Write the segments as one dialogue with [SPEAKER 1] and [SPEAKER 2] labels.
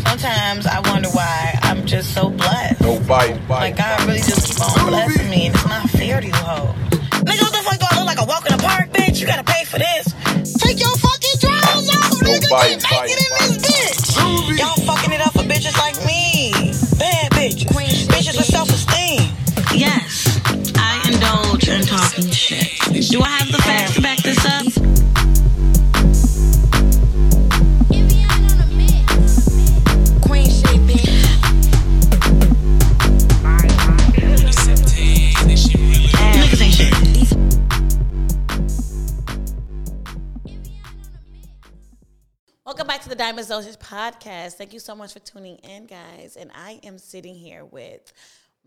[SPEAKER 1] sometimes I wonder why I'm just so blessed.
[SPEAKER 2] No bite.
[SPEAKER 1] Like God really just keep on blessing me, and it's not fair to you hoes. Nigga, what the fuck do I look like a walk in the park, bitch? You gotta pay for this. Take your fucking drawers off, nigga.
[SPEAKER 2] bite,
[SPEAKER 1] Get naked in
[SPEAKER 2] bite,
[SPEAKER 1] this bitch. Y'all fucking it up for bitches like me. Bad bitches. bitches with self-esteem. Yes, I indulge in talking shit. Do I have the facts to back this up?
[SPEAKER 3] Queen shit, bitch.
[SPEAKER 1] Niggas ain't shit.
[SPEAKER 4] Welcome back to the Diamond Soldiers podcast. Thank you so much for tuning in, guys. And I am sitting here with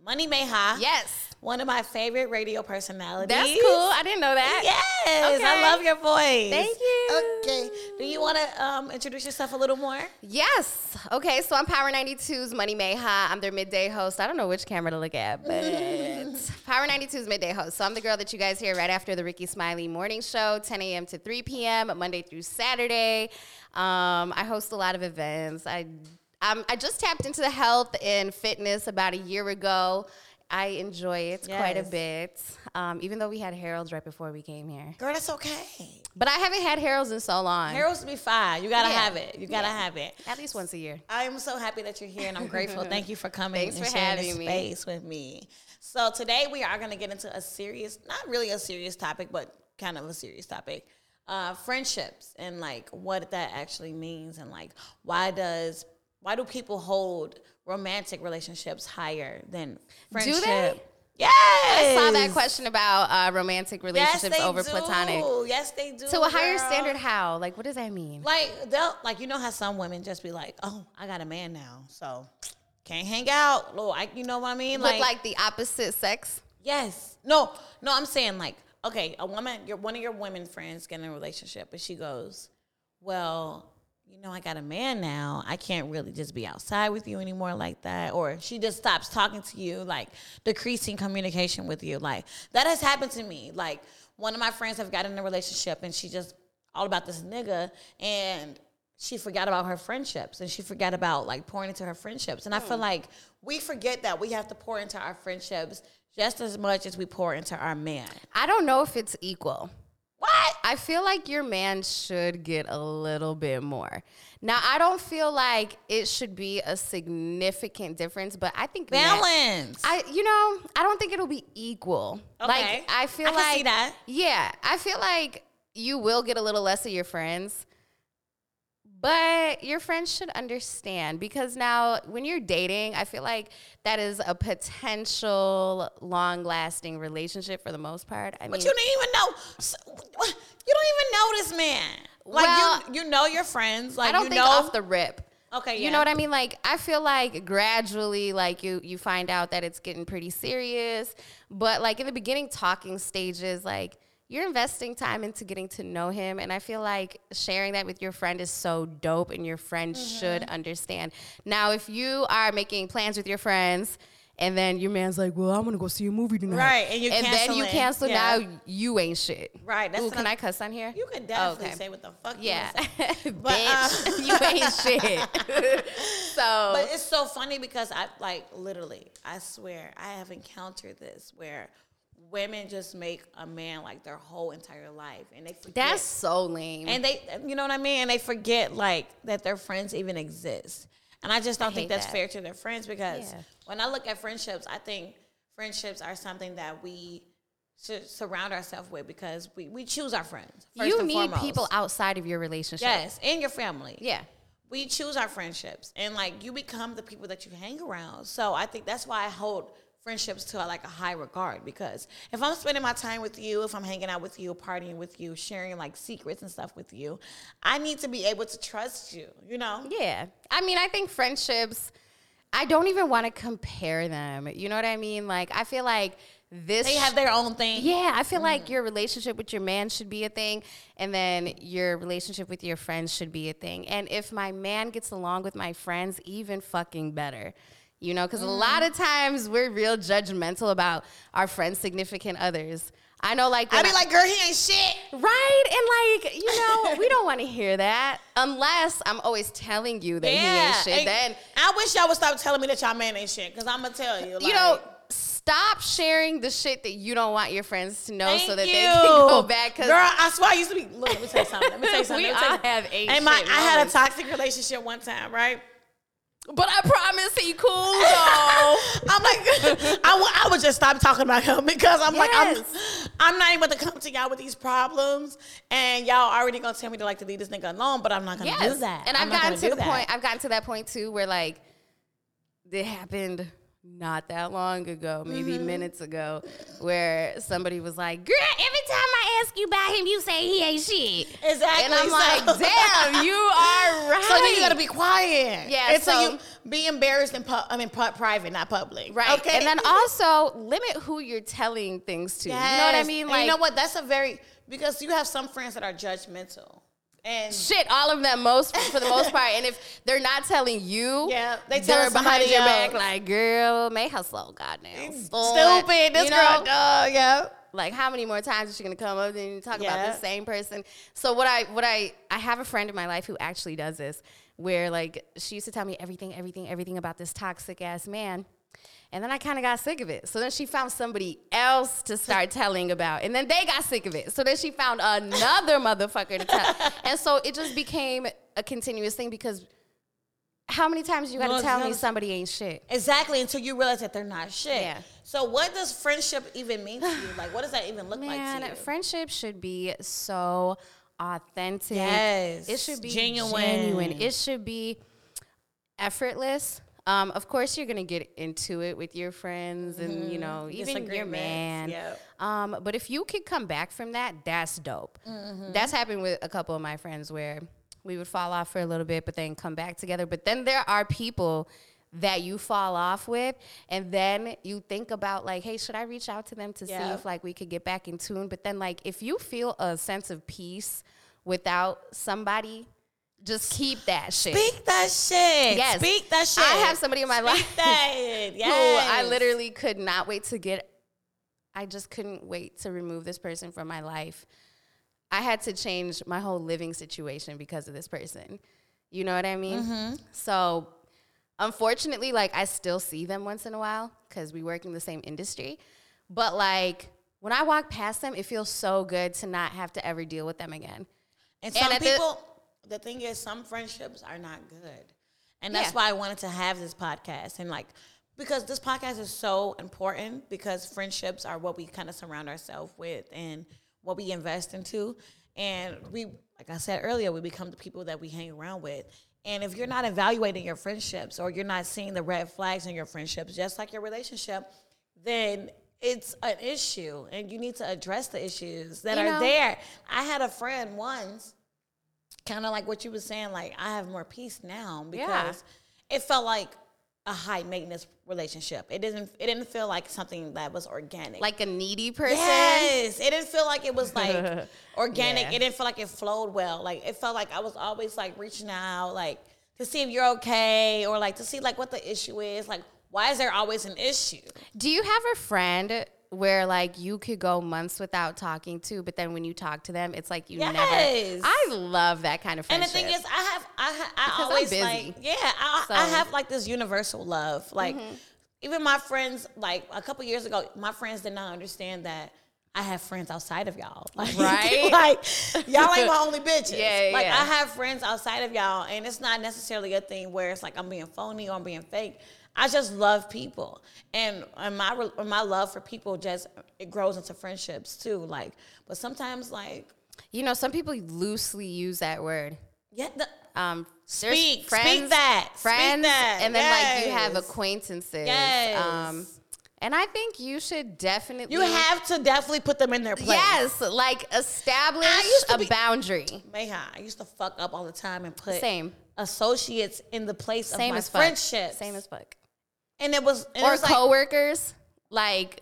[SPEAKER 4] Money Mayha.
[SPEAKER 3] Yes.
[SPEAKER 4] One of my favorite radio personalities.
[SPEAKER 3] That's cool. I didn't know that.
[SPEAKER 4] Yes. I
[SPEAKER 3] Okay.
[SPEAKER 4] love your voice.
[SPEAKER 3] Thank you.
[SPEAKER 4] Okay. Do you want to um, introduce yourself a little more?
[SPEAKER 3] Yes. Okay, so I'm Power 92's Money Mayha. I'm their midday host. I don't know which camera to look at, but Power 92's midday host. So I'm the girl that you guys hear right after the Ricky Smiley morning show, 10 a.m. to 3 p.m. Monday through Saturday. Um, I host a lot of events. I um, I just tapped into the health and fitness about a year ago. I enjoy it quite a
[SPEAKER 4] Yes.
[SPEAKER 3] bit, um, even though we had Harold's right before we came here.
[SPEAKER 4] Girl, that's okay.
[SPEAKER 3] But I haven't had Harold's in so long.
[SPEAKER 4] Harold's be fine. You got to
[SPEAKER 3] Yeah.
[SPEAKER 4] have it. You got to
[SPEAKER 3] Yeah.
[SPEAKER 4] have it.
[SPEAKER 3] At least once a year.
[SPEAKER 4] I am so happy that you're here and I'm grateful. Thank you for coming
[SPEAKER 3] Thanks
[SPEAKER 4] and
[SPEAKER 3] for
[SPEAKER 4] sharing this
[SPEAKER 3] having me.
[SPEAKER 4] space with me. So today we are going to get into a serious, not really a serious topic, but kind of a serious topic. Uh, friendships and like what that actually means and like why does why do people hold romantic relationships higher than
[SPEAKER 3] they?
[SPEAKER 4] friendship? Yes. I
[SPEAKER 3] saw that question about uh, romantic relationships over platonic.
[SPEAKER 4] Yes, they do.
[SPEAKER 3] To a higher
[SPEAKER 4] girl.
[SPEAKER 3] standard, how? Like, what does that mean?
[SPEAKER 4] Like they'll like you know how some women just be like, oh, I got a man now, so can't hang out. Lord, I, you know what I mean?
[SPEAKER 3] With like the opposite sex?
[SPEAKER 4] yes, no, no. I'm saying like, okay, a woman, your one of your women friends get in a relationship, and she goes, well, you know, I got a man now. I can't really just be outside with you anymore like that. Or she just stops talking to you, like decreasing communication with you. Like that has happened to me. Like one of my friends have gotten in a relationship and she just all about this nigga and she forgot about her friendships and she forgot about like pouring into her friendships. And I feel like we forget that we have to pour into our friendships just as much as we pour into our man.
[SPEAKER 3] I don't know if it's equal.
[SPEAKER 4] What?
[SPEAKER 3] I feel like your man should get a little bit more. Now, I don't feel like it should be a significant difference, but I think ma-
[SPEAKER 4] Balance.
[SPEAKER 3] I you know, I don't think it'll be equal.
[SPEAKER 4] Okay.
[SPEAKER 3] Like I feel
[SPEAKER 4] I can
[SPEAKER 3] like
[SPEAKER 4] see that.
[SPEAKER 3] Yeah, I feel like you will get a little less of your friends. But your friends should understand because now when you're dating, I feel like that is a potential long-lasting relationship for the most part. I mean,
[SPEAKER 4] But you didn't even know. so- You don't even know this man. Like
[SPEAKER 3] Well-
[SPEAKER 4] you, you know your friends. Like
[SPEAKER 3] I don't
[SPEAKER 4] you
[SPEAKER 3] think
[SPEAKER 4] know.
[SPEAKER 3] off the rip.
[SPEAKER 4] okay,
[SPEAKER 3] You know what I mean? Like I feel like gradually, like you you find out that it's getting pretty serious. But like in the beginning talking stages, like you're investing time into getting to know him. And I feel like sharing that with your friend is so dope and your friend should
[SPEAKER 4] Mm-hmm.
[SPEAKER 3] understand. Now, if you are making plans with your friends and then your man's like, Well, I'm gonna go see a movie tonight.
[SPEAKER 4] Right, and you
[SPEAKER 3] then you
[SPEAKER 4] canceling.
[SPEAKER 3] cancel
[SPEAKER 4] Yeah.
[SPEAKER 3] now you ain't shit.
[SPEAKER 4] Right, that's
[SPEAKER 3] Ooh,
[SPEAKER 4] what
[SPEAKER 3] can
[SPEAKER 4] I'm-
[SPEAKER 3] I cuss on here? Oh,
[SPEAKER 4] You could definitely
[SPEAKER 3] Okay.
[SPEAKER 4] say what the fuck.
[SPEAKER 3] Yeah,
[SPEAKER 4] You wanna say. But,
[SPEAKER 3] bitch,
[SPEAKER 4] uh,
[SPEAKER 3] you ain't shit. so
[SPEAKER 4] But it's so funny because I like literally. I swear I have encountered this where women just make a man like their whole entire life, and they forget.
[SPEAKER 3] that's so lame.
[SPEAKER 4] and they you know what I mean and they forget like that their friends even exist and I just don't think
[SPEAKER 3] hate
[SPEAKER 4] that's
[SPEAKER 3] that.
[SPEAKER 4] fair to their friends because
[SPEAKER 3] Yeah.
[SPEAKER 4] when I look at friendships I think friendships are something that we should surround ourselves with because we, we choose our friends first
[SPEAKER 3] you
[SPEAKER 4] and
[SPEAKER 3] need
[SPEAKER 4] foremost.
[SPEAKER 3] people outside of your relationship.
[SPEAKER 4] yes and your family
[SPEAKER 3] Yeah.
[SPEAKER 4] we choose our friendships and like you become the people that you hang around so i think that's why i hold friendships to like a high regard because if i'm spending my time with you if i'm hanging out with you partying with you sharing like secrets and stuff with you i need to be able to trust you you know
[SPEAKER 3] Yeah. I mean, I think friendships, I don't even want to compare them. You know what I mean? Like, I feel like this.
[SPEAKER 4] they have their own thing
[SPEAKER 3] yeah, I feel like your relationship with your man should be a thing, and then your relationship with your friends should be a thing. And if my man gets along with my friends, even fucking better. You
[SPEAKER 4] Mm-hmm.
[SPEAKER 3] know, because a lot of times we're real judgmental about our friends' significant others. I know, like,
[SPEAKER 4] I'd
[SPEAKER 3] when
[SPEAKER 4] be
[SPEAKER 3] I-
[SPEAKER 4] like, girl, he ain't shit.
[SPEAKER 3] right, and like, you know, we don't want to hear that unless I'm always telling you that he ain't shit.
[SPEAKER 4] and
[SPEAKER 3] Then
[SPEAKER 4] I wish y'all would stop telling me that y'all man ain't shit, because I'm gonna tell you. Like,
[SPEAKER 3] you know, stop sharing the shit that you don't want your friends to know
[SPEAKER 4] thank
[SPEAKER 3] Oh, so that
[SPEAKER 4] you.
[SPEAKER 3] they can go back.
[SPEAKER 4] Girl,
[SPEAKER 3] Cause
[SPEAKER 4] I swear I used to be. Look, let me tell you something. Let me tell you something.
[SPEAKER 3] We
[SPEAKER 4] let me tell you
[SPEAKER 3] all have ain't
[SPEAKER 4] And my,
[SPEAKER 3] shit
[SPEAKER 4] I had a
[SPEAKER 3] moments.
[SPEAKER 4] toxic relationship one time, right?
[SPEAKER 3] but I promise he cool though.
[SPEAKER 4] I'm like, I would- I would just stop talking about him because I'm like, I'm, I'm not even about to come to y'all with these problems, and y'all already gonna tell me to like to leave this nigga alone, but I'm not gonna
[SPEAKER 3] yes.
[SPEAKER 4] do that.
[SPEAKER 3] And I've
[SPEAKER 4] I'm not
[SPEAKER 3] gotten
[SPEAKER 4] gonna
[SPEAKER 3] to
[SPEAKER 4] do
[SPEAKER 3] the
[SPEAKER 4] that.
[SPEAKER 3] point I've gotten to that point too where like it happened not that long ago, maybe
[SPEAKER 4] Mm-hmm.
[SPEAKER 3] minutes ago, where somebody was like, Girl, every time I ask you about him, you say he ain't shit.
[SPEAKER 4] Exactly.
[SPEAKER 3] And I'm
[SPEAKER 4] so-
[SPEAKER 3] like, damn, you are right.
[SPEAKER 4] So then you gotta be quiet.
[SPEAKER 3] Yeah,
[SPEAKER 4] And so,
[SPEAKER 3] so-
[SPEAKER 4] you be embarrassed in pu- I mean pu- private, not public.
[SPEAKER 3] Right.
[SPEAKER 4] Okay.
[SPEAKER 3] And then also limit who you're telling things to. You know what I
[SPEAKER 4] Yes.
[SPEAKER 3] mean?
[SPEAKER 4] And you know what? That's a very because you have some friends that are judgmental. And
[SPEAKER 3] Shit, all of them most for the most part. And if they're not telling you,
[SPEAKER 4] Yeah, they
[SPEAKER 3] tell
[SPEAKER 4] telling
[SPEAKER 3] behind
[SPEAKER 4] somebody
[SPEAKER 3] your
[SPEAKER 4] else.
[SPEAKER 3] back, like, girl, may hustle, goddamn.
[SPEAKER 4] stupid. This
[SPEAKER 3] you
[SPEAKER 4] girl,
[SPEAKER 3] know?
[SPEAKER 4] dog, Uh, yeah.
[SPEAKER 3] like how many more times is she gonna come up and talk
[SPEAKER 4] Yeah.
[SPEAKER 3] about the same person? So what I what I I have a friend in my life who actually does this, where like she used to tell me everything, everything, everything about this toxic ass man. And then I kind of got sick of it. So then she found somebody else to start telling about. And then they got sick of it. So then she found another motherfucker to tell. And so it just became a continuous thing because how many times you got to
[SPEAKER 4] No, it's
[SPEAKER 3] tell
[SPEAKER 4] not
[SPEAKER 3] me
[SPEAKER 4] a-
[SPEAKER 3] somebody ain't shit?
[SPEAKER 4] Exactly, until you realize that they're not shit.
[SPEAKER 3] Yeah.
[SPEAKER 4] So what does friendship even mean to you? Like what does that even look
[SPEAKER 3] Man,
[SPEAKER 4] like to you?
[SPEAKER 3] friendship should be so authentic.
[SPEAKER 4] Yes.
[SPEAKER 3] It should be
[SPEAKER 4] Genuine.
[SPEAKER 3] genuine. It should be effortless. Um, of course, you're going to get into it with your friends and, you know, even your
[SPEAKER 4] Mm-hmm. Disagreements,
[SPEAKER 3] man.
[SPEAKER 4] yep.
[SPEAKER 3] Um, but if you could come back from that, that's dope.
[SPEAKER 4] Mm-hmm.
[SPEAKER 3] That's happened with a couple of my friends where we would fall off for a little bit, but then come back together. But then there are people that you fall off with, and then you think about like, hey, should I reach out to them to see
[SPEAKER 4] Yeah.
[SPEAKER 3] if like we could get back in tune? But then like, if you feel a sense of peace without somebody, just keep that shit.
[SPEAKER 4] Speak that shit.
[SPEAKER 3] Yes.
[SPEAKER 4] Speak that shit.
[SPEAKER 3] I have somebody in my life
[SPEAKER 4] Speak that.
[SPEAKER 3] who
[SPEAKER 4] Yes.
[SPEAKER 3] I literally could not wait to get. I just couldn't wait to remove this person from my life. I had to change my whole living situation because of this person. You know what I mean?
[SPEAKER 4] Mm-hmm.
[SPEAKER 3] So, unfortunately, like I still see them once in a while because we work in the same industry. But like when I walk past them, it feels so good to not have to ever deal with them again. And
[SPEAKER 4] And some
[SPEAKER 3] at the-
[SPEAKER 4] people, the, thing is, some friendships are not good. And that's
[SPEAKER 3] Yeah.
[SPEAKER 4] why I wanted to have this podcast. And like, because this podcast is so important because friendships are what we kind of surround ourselves with and what we invest into. And we, like I said earlier, we become the people that we hang around with. And if you're not evaluating your friendships or you're not seeing the red flags in your friendships, just like your relationship, then it's an issue and you need to address the issues that
[SPEAKER 3] You
[SPEAKER 4] are
[SPEAKER 3] know-
[SPEAKER 4] there. I had a friend once kind of like what you were saying, like I have more peace now because
[SPEAKER 3] Yeah.
[SPEAKER 4] it felt like a high maintenance relationship. It didn't it didn't feel like something that was organic.
[SPEAKER 3] Like a needy person.
[SPEAKER 4] Yes, it didn't feel like it was like organic.
[SPEAKER 3] Yeah.
[SPEAKER 4] It didn't feel like it flowed well. Like it felt like I was always like reaching out, like to see if you're okay, or like to see like what the issue is. Like why is there always an issue?
[SPEAKER 3] Do you have a friend where like you could go months without talking to, but then when you talk to them, it's like you
[SPEAKER 4] Yes.
[SPEAKER 3] never. I love that kind of
[SPEAKER 4] And the
[SPEAKER 3] friendship.
[SPEAKER 4] thing is, I have, I, ha- I
[SPEAKER 3] I'm
[SPEAKER 4] always
[SPEAKER 3] busy.
[SPEAKER 4] like, yeah, I, I
[SPEAKER 3] So- Mm-hmm.
[SPEAKER 4] have like this universal love. Like, even my friends, like a couple years ago, my friends did not understand that I have friends outside of y'all. Like,
[SPEAKER 3] Right?
[SPEAKER 4] like, y'all ain't my only bitches.
[SPEAKER 3] Yeah,
[SPEAKER 4] like,
[SPEAKER 3] yeah.
[SPEAKER 4] I have friends outside of y'all, and it's not necessarily a thing where it's like I'm being phony or I'm being fake. I just love people, and, and my re- my love for people just it grows into friendships too. Like, but sometimes like
[SPEAKER 3] you know, some people loosely use that word.
[SPEAKER 4] yeah. The,
[SPEAKER 3] Um, there's
[SPEAKER 4] Speak- speak that. Speak
[SPEAKER 3] friends,
[SPEAKER 4] that.
[SPEAKER 3] and then like you have
[SPEAKER 4] Yes.
[SPEAKER 3] acquaintances.
[SPEAKER 4] Yes.
[SPEAKER 3] Um, and I think you should definitely
[SPEAKER 4] You have to definitely put them in their place.
[SPEAKER 3] yes, like establish
[SPEAKER 4] I used to
[SPEAKER 3] a
[SPEAKER 4] be-
[SPEAKER 3] boundary.
[SPEAKER 4] Mayha, I used to fuck up all the time and put
[SPEAKER 3] Same.
[SPEAKER 4] associates in the place of
[SPEAKER 3] Same
[SPEAKER 4] my
[SPEAKER 3] as fuck.
[SPEAKER 4] friendships.
[SPEAKER 3] Same as fuck.
[SPEAKER 4] and it was and it
[SPEAKER 3] Or
[SPEAKER 4] was like,
[SPEAKER 3] coworkers, like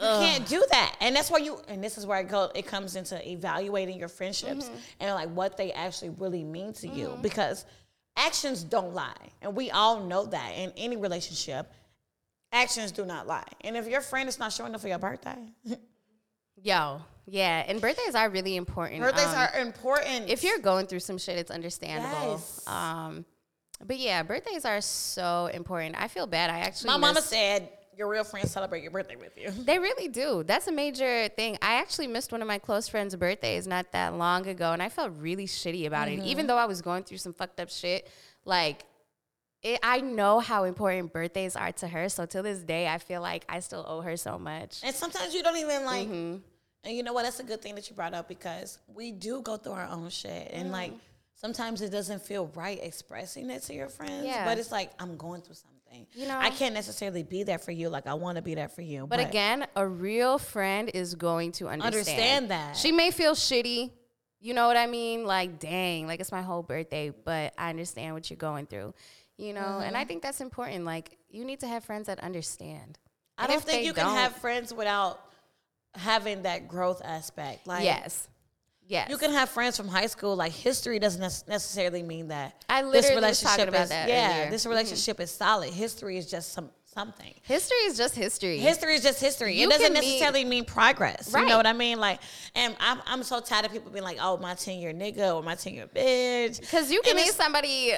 [SPEAKER 4] you can't do that. And that's why you and this is where it go it comes into evaluating your friendships
[SPEAKER 3] Mm-hmm.
[SPEAKER 4] and like what they actually really mean to you. Because actions don't lie. And we all know that in any relationship. Actions do not lie. And if your friend is not showing up for your birthday,
[SPEAKER 3] Yo, yeah. And birthdays are really important.
[SPEAKER 4] Birthdays
[SPEAKER 3] um,
[SPEAKER 4] are important.
[SPEAKER 3] If you're going through some shit, it's understandable.
[SPEAKER 4] Yes.
[SPEAKER 3] Um, but yeah, birthdays are so important. I feel bad. I actually
[SPEAKER 4] my mama
[SPEAKER 3] missed-
[SPEAKER 4] said your real friends celebrate your birthday with you.
[SPEAKER 3] They really do. That's a major thing. I actually missed one of my close friends' birthdays not that long ago, and I felt really shitty about it.
[SPEAKER 4] Mm-hmm.
[SPEAKER 3] Even though I was going through some fucked up shit, like it, I know how important birthdays are to her. So till this day, I feel like I still owe her so much.
[SPEAKER 4] And sometimes you don't even like.
[SPEAKER 3] Mm-hmm.
[SPEAKER 4] And you know what? That's a good thing that you brought up because we do go through our own shit, and
[SPEAKER 3] Mm.
[SPEAKER 4] like sometimes it doesn't feel right expressing it to your friends.
[SPEAKER 3] Yeah.
[SPEAKER 4] But it's like I'm going through something.
[SPEAKER 3] You know?
[SPEAKER 4] I can't necessarily be there for you. Like I want to be there for you.
[SPEAKER 3] But again, a real friend is going to understand.
[SPEAKER 4] Understand that.
[SPEAKER 3] She may feel shitty. You know what I mean? Like, dang, like it's my whole birthday, but I understand what you're going through. You know, and
[SPEAKER 4] Mm-hmm.
[SPEAKER 3] I think that's important. Like, you need to have friends that understand.
[SPEAKER 4] I
[SPEAKER 3] And
[SPEAKER 4] don't
[SPEAKER 3] if they
[SPEAKER 4] think you can
[SPEAKER 3] don't-
[SPEAKER 4] have friends without having that growth aspect. Like
[SPEAKER 3] yes. Yes.
[SPEAKER 4] You can have friends from high school. Like history doesn't nec- necessarily mean that.
[SPEAKER 3] I literally was talking about
[SPEAKER 4] is
[SPEAKER 3] that
[SPEAKER 4] yeah.
[SPEAKER 3] earlier. Mm-hmm.
[SPEAKER 4] This relationship is solid. History is just some something.
[SPEAKER 3] history is just history.
[SPEAKER 4] History is just history.
[SPEAKER 3] You
[SPEAKER 4] it
[SPEAKER 3] can
[SPEAKER 4] doesn't
[SPEAKER 3] meet-
[SPEAKER 4] necessarily mean progress. You
[SPEAKER 3] Right.
[SPEAKER 4] know what I mean? Like, and I'm, I'm so tired of people being like, "Oh, my ten year nigga or my ten year bitch,"
[SPEAKER 3] Because you can
[SPEAKER 4] And
[SPEAKER 3] meet
[SPEAKER 4] it's-
[SPEAKER 3] somebody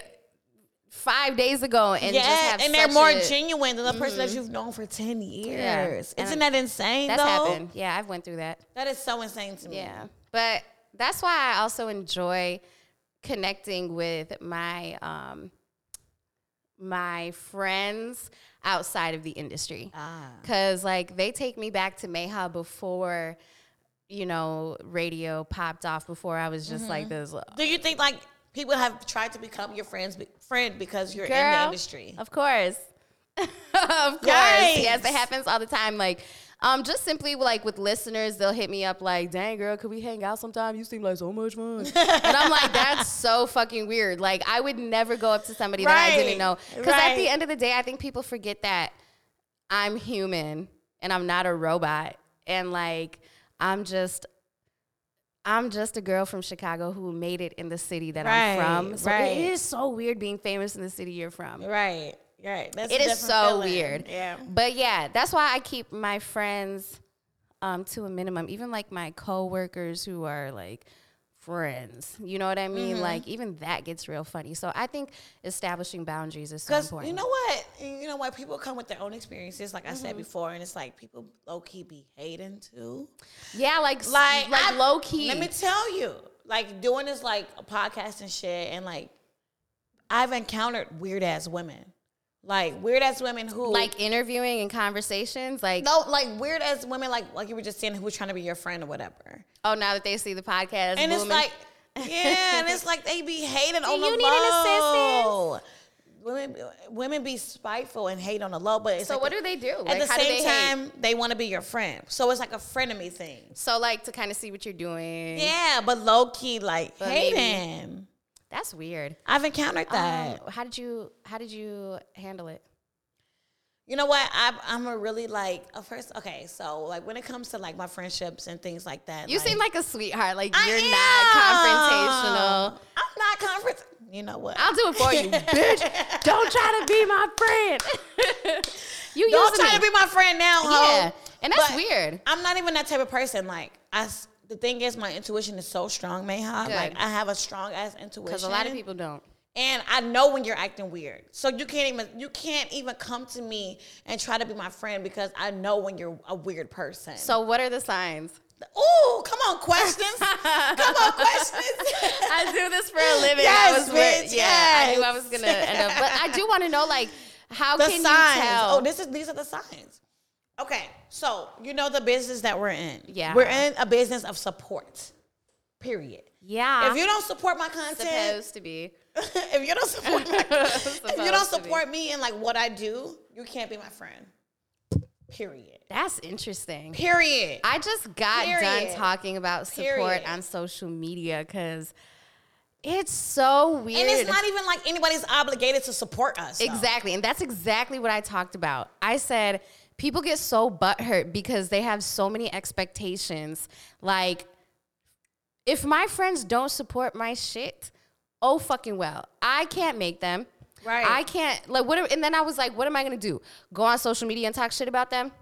[SPEAKER 3] five days ago and just
[SPEAKER 4] yeah,
[SPEAKER 3] have
[SPEAKER 4] and they're
[SPEAKER 3] such
[SPEAKER 4] more
[SPEAKER 3] a- Mm-hmm.
[SPEAKER 4] genuisn than the person that you've known for ten years.
[SPEAKER 3] And
[SPEAKER 4] Isn't that insane?
[SPEAKER 3] That's
[SPEAKER 4] though?
[SPEAKER 3] happened. Yeah, I've went through that.
[SPEAKER 4] That is so insane to me.
[SPEAKER 3] Yeah. But that's why I also enjoy connecting with my um my friends outside of the industry.
[SPEAKER 4] Ah.
[SPEAKER 3] Cuz like they take me back to Meha before you know radio popped off before I was just like
[SPEAKER 4] Mm-hmm.
[SPEAKER 3] this uh,
[SPEAKER 4] Do you think like people have tried to become your friends be- friend because you're in the
[SPEAKER 3] Girl,
[SPEAKER 4] industry?
[SPEAKER 3] Of course. of course.
[SPEAKER 4] Yikes.
[SPEAKER 3] Yes, it happens all the time. Like, um, just simply like with listeners, they'll hit me up like, dang girl, could we hang out sometime? You seem like so much fun. and I'm like, that's so fucking weird. Like I would never go up to somebody that I didn't
[SPEAKER 4] Right.
[SPEAKER 3] know. Because at the
[SPEAKER 4] Right.
[SPEAKER 3] end of the day, I think people forget that I'm human and I'm not a robot. And like I'm just I'm just a girl from Chicago who made it in the city that
[SPEAKER 4] Right,
[SPEAKER 3] I'm from. So
[SPEAKER 4] right.
[SPEAKER 3] it is so weird being famous in the city you're from.
[SPEAKER 4] Right. Right. That's a
[SPEAKER 3] It is
[SPEAKER 4] different
[SPEAKER 3] so
[SPEAKER 4] feeling.
[SPEAKER 3] weird.
[SPEAKER 4] Yeah.
[SPEAKER 3] But yeah, that's why I keep my friends um, to a minimum. Even like my coworkers who are like friends. You know what I
[SPEAKER 4] Mm-hmm.
[SPEAKER 3] mean? Like even that gets real funny. So I think establishing boundaries is so
[SPEAKER 4] Because
[SPEAKER 3] important.
[SPEAKER 4] you know what? You know what? People come with their own experiences, like I
[SPEAKER 3] Mm-hmm.
[SPEAKER 4] said before, and it's like people low key be hating too.
[SPEAKER 3] yeah, like like,
[SPEAKER 4] Like,
[SPEAKER 3] like
[SPEAKER 4] I-
[SPEAKER 3] low key.
[SPEAKER 4] Let me tell you, like doing this like a podcast and shit, and like I've encountered weird ass women, like weird ass women who
[SPEAKER 3] like interviewing and conversations. Like
[SPEAKER 4] no, like weird ass women, like like you were just saying, who were trying to be your friend or whatever.
[SPEAKER 3] oh, now that they see the podcast,
[SPEAKER 4] and it's
[SPEAKER 3] booming.
[SPEAKER 4] like yeah, and it's like they be hating on the
[SPEAKER 3] you need an
[SPEAKER 4] low. Women, women be spiteful and hate on the low, but it's
[SPEAKER 3] so
[SPEAKER 4] like
[SPEAKER 3] what
[SPEAKER 4] the-
[SPEAKER 3] do they do?
[SPEAKER 4] At
[SPEAKER 3] Like,
[SPEAKER 4] the
[SPEAKER 3] how do
[SPEAKER 4] same
[SPEAKER 3] they hate?
[SPEAKER 4] time, they want to be your friend, so it's like a frenemy thing.
[SPEAKER 3] so like to kind of see what you're doing.
[SPEAKER 4] Yeah, but low key like
[SPEAKER 3] But maybe-
[SPEAKER 4] hating.
[SPEAKER 3] that's weird.
[SPEAKER 4] I've encountered that.
[SPEAKER 3] Um, how did you how did you handle it?
[SPEAKER 4] you know what? I, I'm a really like a first. Okay, so like when it comes to like my friendships and things like that,
[SPEAKER 3] You seem like a sweetheart. Like
[SPEAKER 4] I
[SPEAKER 3] you're
[SPEAKER 4] am.
[SPEAKER 3] not confrontational.
[SPEAKER 4] I'm not confront. You know what?
[SPEAKER 3] I'll do it for you, bitch. Don't try to be my friend. you
[SPEAKER 4] Don't
[SPEAKER 3] using
[SPEAKER 4] try
[SPEAKER 3] me.
[SPEAKER 4] to be my friend now, ho.
[SPEAKER 3] Yeah, and that's
[SPEAKER 4] But
[SPEAKER 3] weird.
[SPEAKER 4] I'm not even that type of person. Like I, s- the thing is, my intuition is so strong, Mayha.
[SPEAKER 3] Good.
[SPEAKER 4] Like I have a strong ass intuition.
[SPEAKER 3] Because a lot of people don't.
[SPEAKER 4] and I know when you're acting weird. So you can't even you can't even come to me and try to be my friend because I know when you're a weird person.
[SPEAKER 3] So what are the signs?
[SPEAKER 4] Ooh, come on, questions. come on, questions.
[SPEAKER 3] I do this for a living. I
[SPEAKER 4] Yes,
[SPEAKER 3] was weird.
[SPEAKER 4] bitch,
[SPEAKER 3] yeah, I knew I
[SPEAKER 4] yes.
[SPEAKER 3] was gonna end up. But I do want to know, like, how
[SPEAKER 4] the
[SPEAKER 3] can
[SPEAKER 4] signs.
[SPEAKER 3] you tell?
[SPEAKER 4] Oh, this is these are the signs. Okay, so you know the business that we're in.
[SPEAKER 3] Yeah.
[SPEAKER 4] we're in a business of support. Period.
[SPEAKER 3] yeah,
[SPEAKER 4] If you don't support my content,
[SPEAKER 3] supposed to be.
[SPEAKER 4] if you don't support my, if you don't
[SPEAKER 3] Supposed to be.
[SPEAKER 4] support me and like what I do, you can't be my friend. Period.
[SPEAKER 3] That's interesting.
[SPEAKER 4] Period.
[SPEAKER 3] I just got done
[SPEAKER 4] Period.
[SPEAKER 3] talking about support
[SPEAKER 4] Period.
[SPEAKER 3] on social media because it's so weird.
[SPEAKER 4] and it's not even like anybody's obligated to support us. though.
[SPEAKER 3] exactly, and that's exactly what I talked about. I said people get so butthurt because they have so many expectations. Like, if my friends don't support my shit, oh fucking well, I can't make them.
[SPEAKER 4] Right.
[SPEAKER 3] I can't like what. am- And then I was like, what am I gonna do? Go on social media and talk shit about them?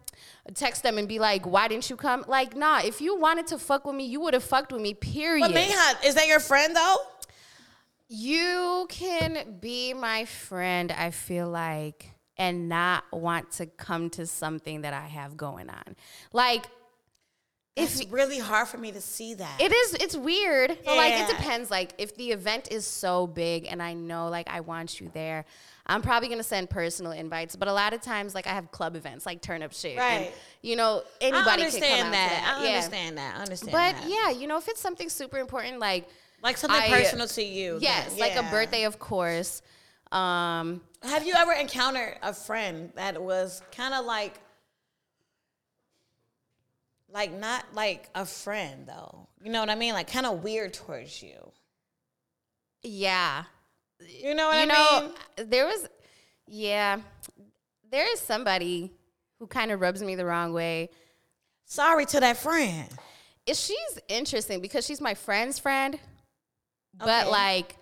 [SPEAKER 3] text them and be like, why didn't you come? Like, nah, if you wanted to fuck with me, you would have fucked with me, period.
[SPEAKER 4] But Mayha, is that your friend though?
[SPEAKER 3] You can be my friend, I feel like, and not want to come to something that I have going on. Like,
[SPEAKER 4] It's really hard for me to see that.
[SPEAKER 3] it is, it's weird. So, like, it
[SPEAKER 4] Yeah.
[SPEAKER 3] depends. Like, if the event is so big and I know, like, I want you there, I'm probably gonna send personal invites. But a lot of times, like, I have club events, like turn up shit. and,
[SPEAKER 4] Right.
[SPEAKER 3] you know, anybody
[SPEAKER 4] I
[SPEAKER 3] can come out
[SPEAKER 4] understand
[SPEAKER 3] to
[SPEAKER 4] that.
[SPEAKER 3] that.
[SPEAKER 4] I
[SPEAKER 3] Yeah.
[SPEAKER 4] understand that. I understand
[SPEAKER 3] But
[SPEAKER 4] that.
[SPEAKER 3] yeah, you know, if it's something super important, like,
[SPEAKER 4] Like something
[SPEAKER 3] I-
[SPEAKER 4] personal to you.
[SPEAKER 3] yes,
[SPEAKER 4] then
[SPEAKER 3] like a
[SPEAKER 4] yeah.
[SPEAKER 3] birthday, of course. Um,
[SPEAKER 4] Have you ever encountered a friend that was kind of like, like not like a friend though? You know what I mean? Like kind of weird towards you.
[SPEAKER 3] yeah.
[SPEAKER 4] You know what I
[SPEAKER 3] you know, uh,
[SPEAKER 4] mean?
[SPEAKER 3] there was, yeah, there is somebody who kind of rubs me the wrong way.
[SPEAKER 4] Sorry to that friend.
[SPEAKER 3] If she's interesting because she's my friend's friend, but
[SPEAKER 4] Okay.
[SPEAKER 3] like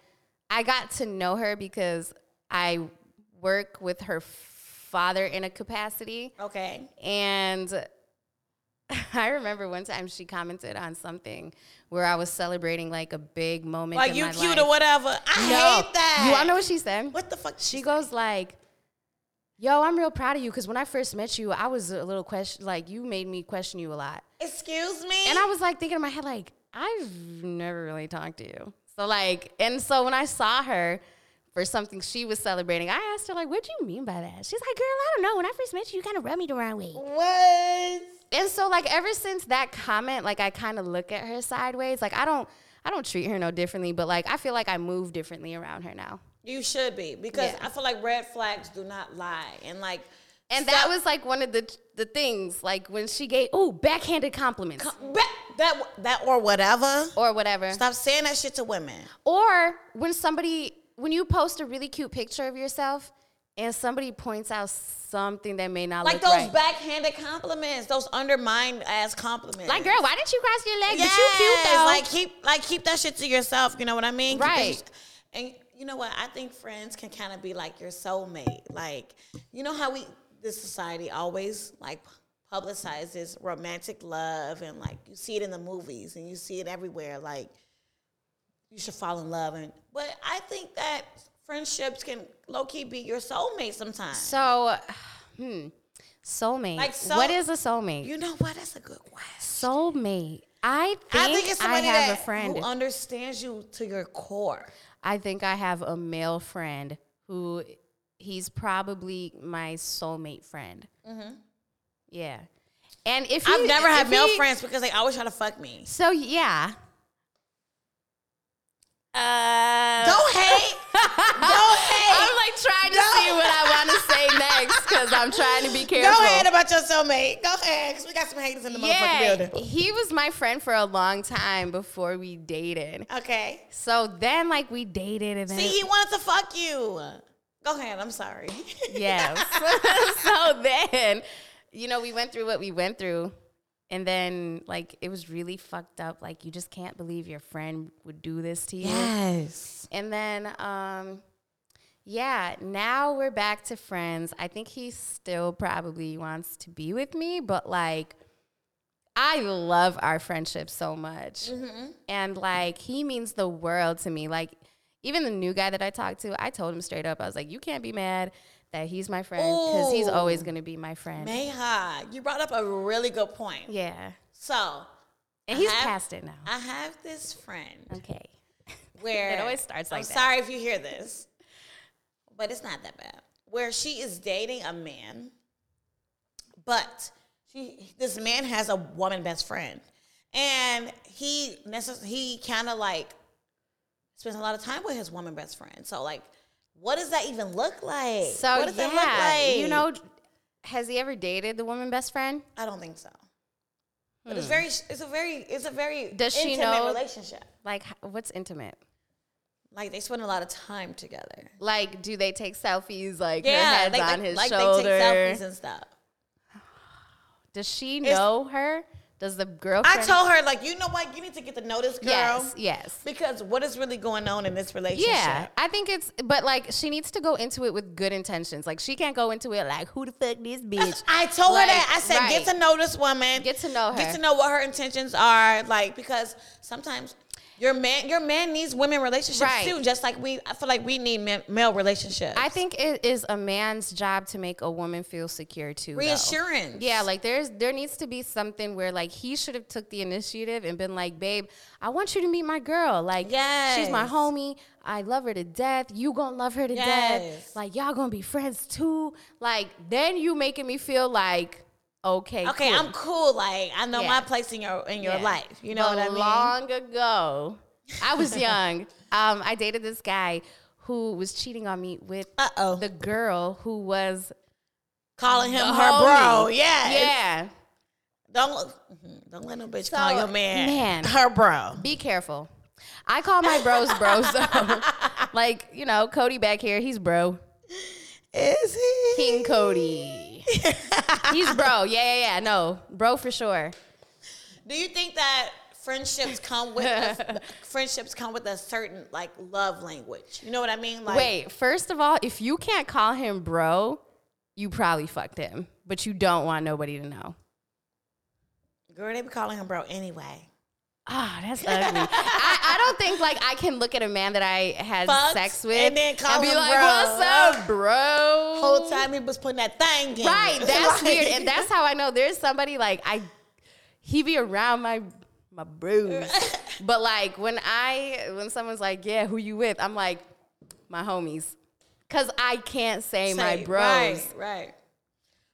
[SPEAKER 3] I got to know her because I work with her father in a capacity.
[SPEAKER 4] Okay.
[SPEAKER 3] And I remember one time she commented on something where I was celebrating like a big moment.
[SPEAKER 4] Like
[SPEAKER 3] in
[SPEAKER 4] you
[SPEAKER 3] my
[SPEAKER 4] cute
[SPEAKER 3] life.
[SPEAKER 4] or whatever. I
[SPEAKER 3] No.
[SPEAKER 4] hate that.
[SPEAKER 3] You all know what she said?
[SPEAKER 4] What the fuck?
[SPEAKER 3] She goes like, "Yo, I'm real proud of you because when I first met you, I was a little question like you made me question you a lot."
[SPEAKER 4] Excuse me.
[SPEAKER 3] And I was like thinking in my head like, "I've never really talked to you." So like, and so when I saw her for something she was celebrating, I asked her like, "What do you mean by that?" She's like, "Girl, I don't know. When I first met you, you kind of rubbed me the wrong way."
[SPEAKER 4] what?
[SPEAKER 3] And so like ever since that comment, like I kind of look at her sideways. Like I don't I don't treat her no differently, but like I feel like I move differently around her now.
[SPEAKER 4] You should be because
[SPEAKER 3] Yeah.
[SPEAKER 4] I feel like red flags do not lie and like.
[SPEAKER 3] And
[SPEAKER 4] stop-
[SPEAKER 3] that was like one of the the things, like when she gave ooh backhanded compliments
[SPEAKER 4] Ba- that that or whatever.
[SPEAKER 3] or whatever,
[SPEAKER 4] Stop saying that shit to women.
[SPEAKER 3] or when somebody when you post a really cute picture of yourself and somebody points out something that may not
[SPEAKER 4] Like
[SPEAKER 3] look
[SPEAKER 4] those
[SPEAKER 3] right.
[SPEAKER 4] backhanded compliments, those undermined ass compliments.
[SPEAKER 3] like girl, why didn't you cross your legs? But you cute though.
[SPEAKER 4] Like keep like keep that shit to yourself. You know what I mean? Keep that
[SPEAKER 3] Right.
[SPEAKER 4] shit- and you know what? I think friends can kind of be like your soulmate. Like you know how we this society always like publicizes romantic love and like you see it in the movies and you see it everywhere. Like you should fall in love and but I think that friendships can low key be your soulmate sometimes.
[SPEAKER 3] so, hmm, soulmate.
[SPEAKER 4] Like, so-
[SPEAKER 3] what is a soulmate?
[SPEAKER 4] you know what? That's a good question.
[SPEAKER 3] soulmate. I think I,
[SPEAKER 4] I think it's somebody
[SPEAKER 3] have
[SPEAKER 4] that
[SPEAKER 3] a friend.
[SPEAKER 4] who understands you to your core.
[SPEAKER 3] I think I have a male friend who he's probably my soulmate friend. Yeah, and if he,
[SPEAKER 4] I've never had
[SPEAKER 3] if
[SPEAKER 4] male
[SPEAKER 3] he-
[SPEAKER 4] friends because they always try to fuck me.
[SPEAKER 3] so yeah.
[SPEAKER 4] Don't hate. Don't hate.
[SPEAKER 3] Uh, I'm like trying to see what I want to say next because I'm trying to be careful.
[SPEAKER 4] Go ahead about your soulmate. Go ahead. 'cause we got some haters in the motherfucking
[SPEAKER 3] yeah,
[SPEAKER 4] building.
[SPEAKER 3] he was my friend for a long time before we dated.
[SPEAKER 4] Okay.
[SPEAKER 3] So then, like, we dated and then
[SPEAKER 4] See, he wanted to fuck you. Go ahead. I'm sorry.
[SPEAKER 3] Yes. so then, you know, we went through what we went through. And then, like, it was really fucked up. Like, you just can't believe your friend would do this to you.
[SPEAKER 4] Yes.
[SPEAKER 3] And then, um, yeah, now we're back to friends. I think he still probably wants to be with me, but like, I love our friendship so much.
[SPEAKER 4] Mm-hmm.
[SPEAKER 3] And like, he means the world to me. Like, even the new guy that I talked to, I told him straight up, I was like, you can't be mad that he's my friend because he's
[SPEAKER 4] Ooh.
[SPEAKER 3] always going to be my friend.
[SPEAKER 4] Mayha, you brought up a really good point.
[SPEAKER 3] Yeah.
[SPEAKER 4] So
[SPEAKER 3] And
[SPEAKER 4] I
[SPEAKER 3] he's
[SPEAKER 4] have-
[SPEAKER 3] past it now.
[SPEAKER 4] I have this friend
[SPEAKER 3] okay.
[SPEAKER 4] where
[SPEAKER 3] It always starts
[SPEAKER 4] I'm
[SPEAKER 3] like that.
[SPEAKER 4] sorry if you hear this, but it's not that bad. Where she is dating a man, but she this man has a woman best friend, and he necess- he kind of like spends a lot of time with his woman best friend. So like, what does that even look like?
[SPEAKER 3] So,
[SPEAKER 4] what does
[SPEAKER 3] yeah,
[SPEAKER 4] that look
[SPEAKER 3] you know, has he ever dated the woman best friend?
[SPEAKER 4] I don't think so. But it's very it's a very it's a very
[SPEAKER 3] Hmm. Does she
[SPEAKER 4] intimate
[SPEAKER 3] know-
[SPEAKER 4] relationship.
[SPEAKER 3] Like, h- what's intimate?
[SPEAKER 4] Like they spend a lot of time together.
[SPEAKER 3] Like, do they take selfies? Like, her
[SPEAKER 4] Yeah,
[SPEAKER 3] head's
[SPEAKER 4] like,
[SPEAKER 3] on
[SPEAKER 4] like,
[SPEAKER 3] his
[SPEAKER 4] like
[SPEAKER 3] shoulder.
[SPEAKER 4] they take selfies and stuff.
[SPEAKER 3] Does she know her Does the girl?
[SPEAKER 4] I told her, like, you know what? You need to get to know this girl.
[SPEAKER 3] Yes, yes.
[SPEAKER 4] Because what is really going on in this relationship?
[SPEAKER 3] Yeah, I think it's, but like she needs to go into it with good intentions. Like she can't go into it like who the fuck this bitch.
[SPEAKER 4] I told
[SPEAKER 3] Like,
[SPEAKER 4] her that. I said,
[SPEAKER 3] right.
[SPEAKER 4] get to know this woman.
[SPEAKER 3] Get to know her.
[SPEAKER 4] Get to know what her intentions are. Like, because sometimes your man your man needs women relationships
[SPEAKER 3] Right.
[SPEAKER 4] too, just like we I feel like we need men, male relationships.
[SPEAKER 3] I think it is a man's job to make a woman feel secure too. though.
[SPEAKER 4] reassurance.
[SPEAKER 3] Yeah, like there's there needs to be something where like he should have took the initiative and been like, babe, I want you to meet my girl. Like, she's my
[SPEAKER 4] Yes.
[SPEAKER 3] homie. I love her to death. You gonna love her to death.
[SPEAKER 4] Yes.
[SPEAKER 3] Like y'all gonna be friends too. Like then you making me feel like okay,
[SPEAKER 4] Okay,
[SPEAKER 3] cool.
[SPEAKER 4] I'm cool. Like I know
[SPEAKER 3] Yeah.
[SPEAKER 4] my place in your in your
[SPEAKER 3] Yeah.
[SPEAKER 4] life. You know
[SPEAKER 3] But
[SPEAKER 4] what I mean?
[SPEAKER 3] Long ago, I was young. um, I dated this guy who was cheating on me with
[SPEAKER 4] uh oh.
[SPEAKER 3] the girl who was
[SPEAKER 4] Calling him
[SPEAKER 3] the
[SPEAKER 4] her
[SPEAKER 3] homie.
[SPEAKER 4] bro. Yeah.
[SPEAKER 3] yeah.
[SPEAKER 4] Don't mhm, don't let no bitch call
[SPEAKER 3] So,
[SPEAKER 4] your man,
[SPEAKER 3] man.
[SPEAKER 4] her bro.
[SPEAKER 3] Be careful. I call my bros bros though. like, you know, Cody back here, he's bro.
[SPEAKER 4] Is he?
[SPEAKER 3] King Cody. he's bro. Yeah, yeah, yeah. No, bro for sure.
[SPEAKER 4] Do you think that friendships come with a, friendships come with a certain like love language? You know what I mean? Like
[SPEAKER 3] Wait, first of all, if you can't call him bro, you probably fucked him, but you don't want nobody to know.
[SPEAKER 4] girl, they be calling him bro anyway.
[SPEAKER 3] Ah, that's ugly. I, I don't think like I can look at a man that I had
[SPEAKER 4] Fucked
[SPEAKER 3] sex with
[SPEAKER 4] and then call
[SPEAKER 3] be
[SPEAKER 4] him
[SPEAKER 3] like,
[SPEAKER 4] bro.
[SPEAKER 3] "What's up, bro?"
[SPEAKER 4] Whole time he was putting that thing in.
[SPEAKER 3] Right. That's
[SPEAKER 4] Like-
[SPEAKER 3] weird. And that's how I know there's somebody like I he be around my my bros. but like when I when someone's like, Yeah, who you with? I'm like, my homies. Cause I can't say, my
[SPEAKER 4] Say,
[SPEAKER 3] bros.
[SPEAKER 4] Right, right.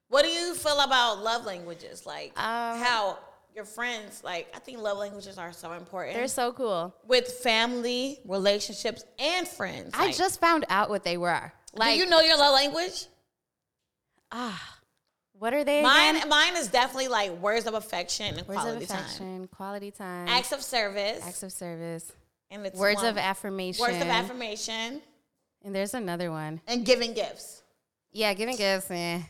[SPEAKER 4] What do you feel about love languages? Like
[SPEAKER 3] Um,
[SPEAKER 4] how your friends like I think love languages are so important.
[SPEAKER 3] They're so cool.
[SPEAKER 4] with family, relationships, and friends.
[SPEAKER 3] I
[SPEAKER 4] Like,
[SPEAKER 3] just found out what they were. Like
[SPEAKER 4] do you know your love language?
[SPEAKER 3] ah, what are they?
[SPEAKER 4] Mine,
[SPEAKER 3] again?
[SPEAKER 4] mine is definitely like words of affection and
[SPEAKER 3] words
[SPEAKER 4] quality
[SPEAKER 3] of
[SPEAKER 4] time,
[SPEAKER 3] affection, quality time,
[SPEAKER 4] acts of service,
[SPEAKER 3] acts of service,
[SPEAKER 4] and it's
[SPEAKER 3] words of
[SPEAKER 4] one.
[SPEAKER 3] affirmation.
[SPEAKER 4] words of affirmation,
[SPEAKER 3] And there's another one.
[SPEAKER 4] and giving gifts.
[SPEAKER 3] Yeah, giving gifts. Eh.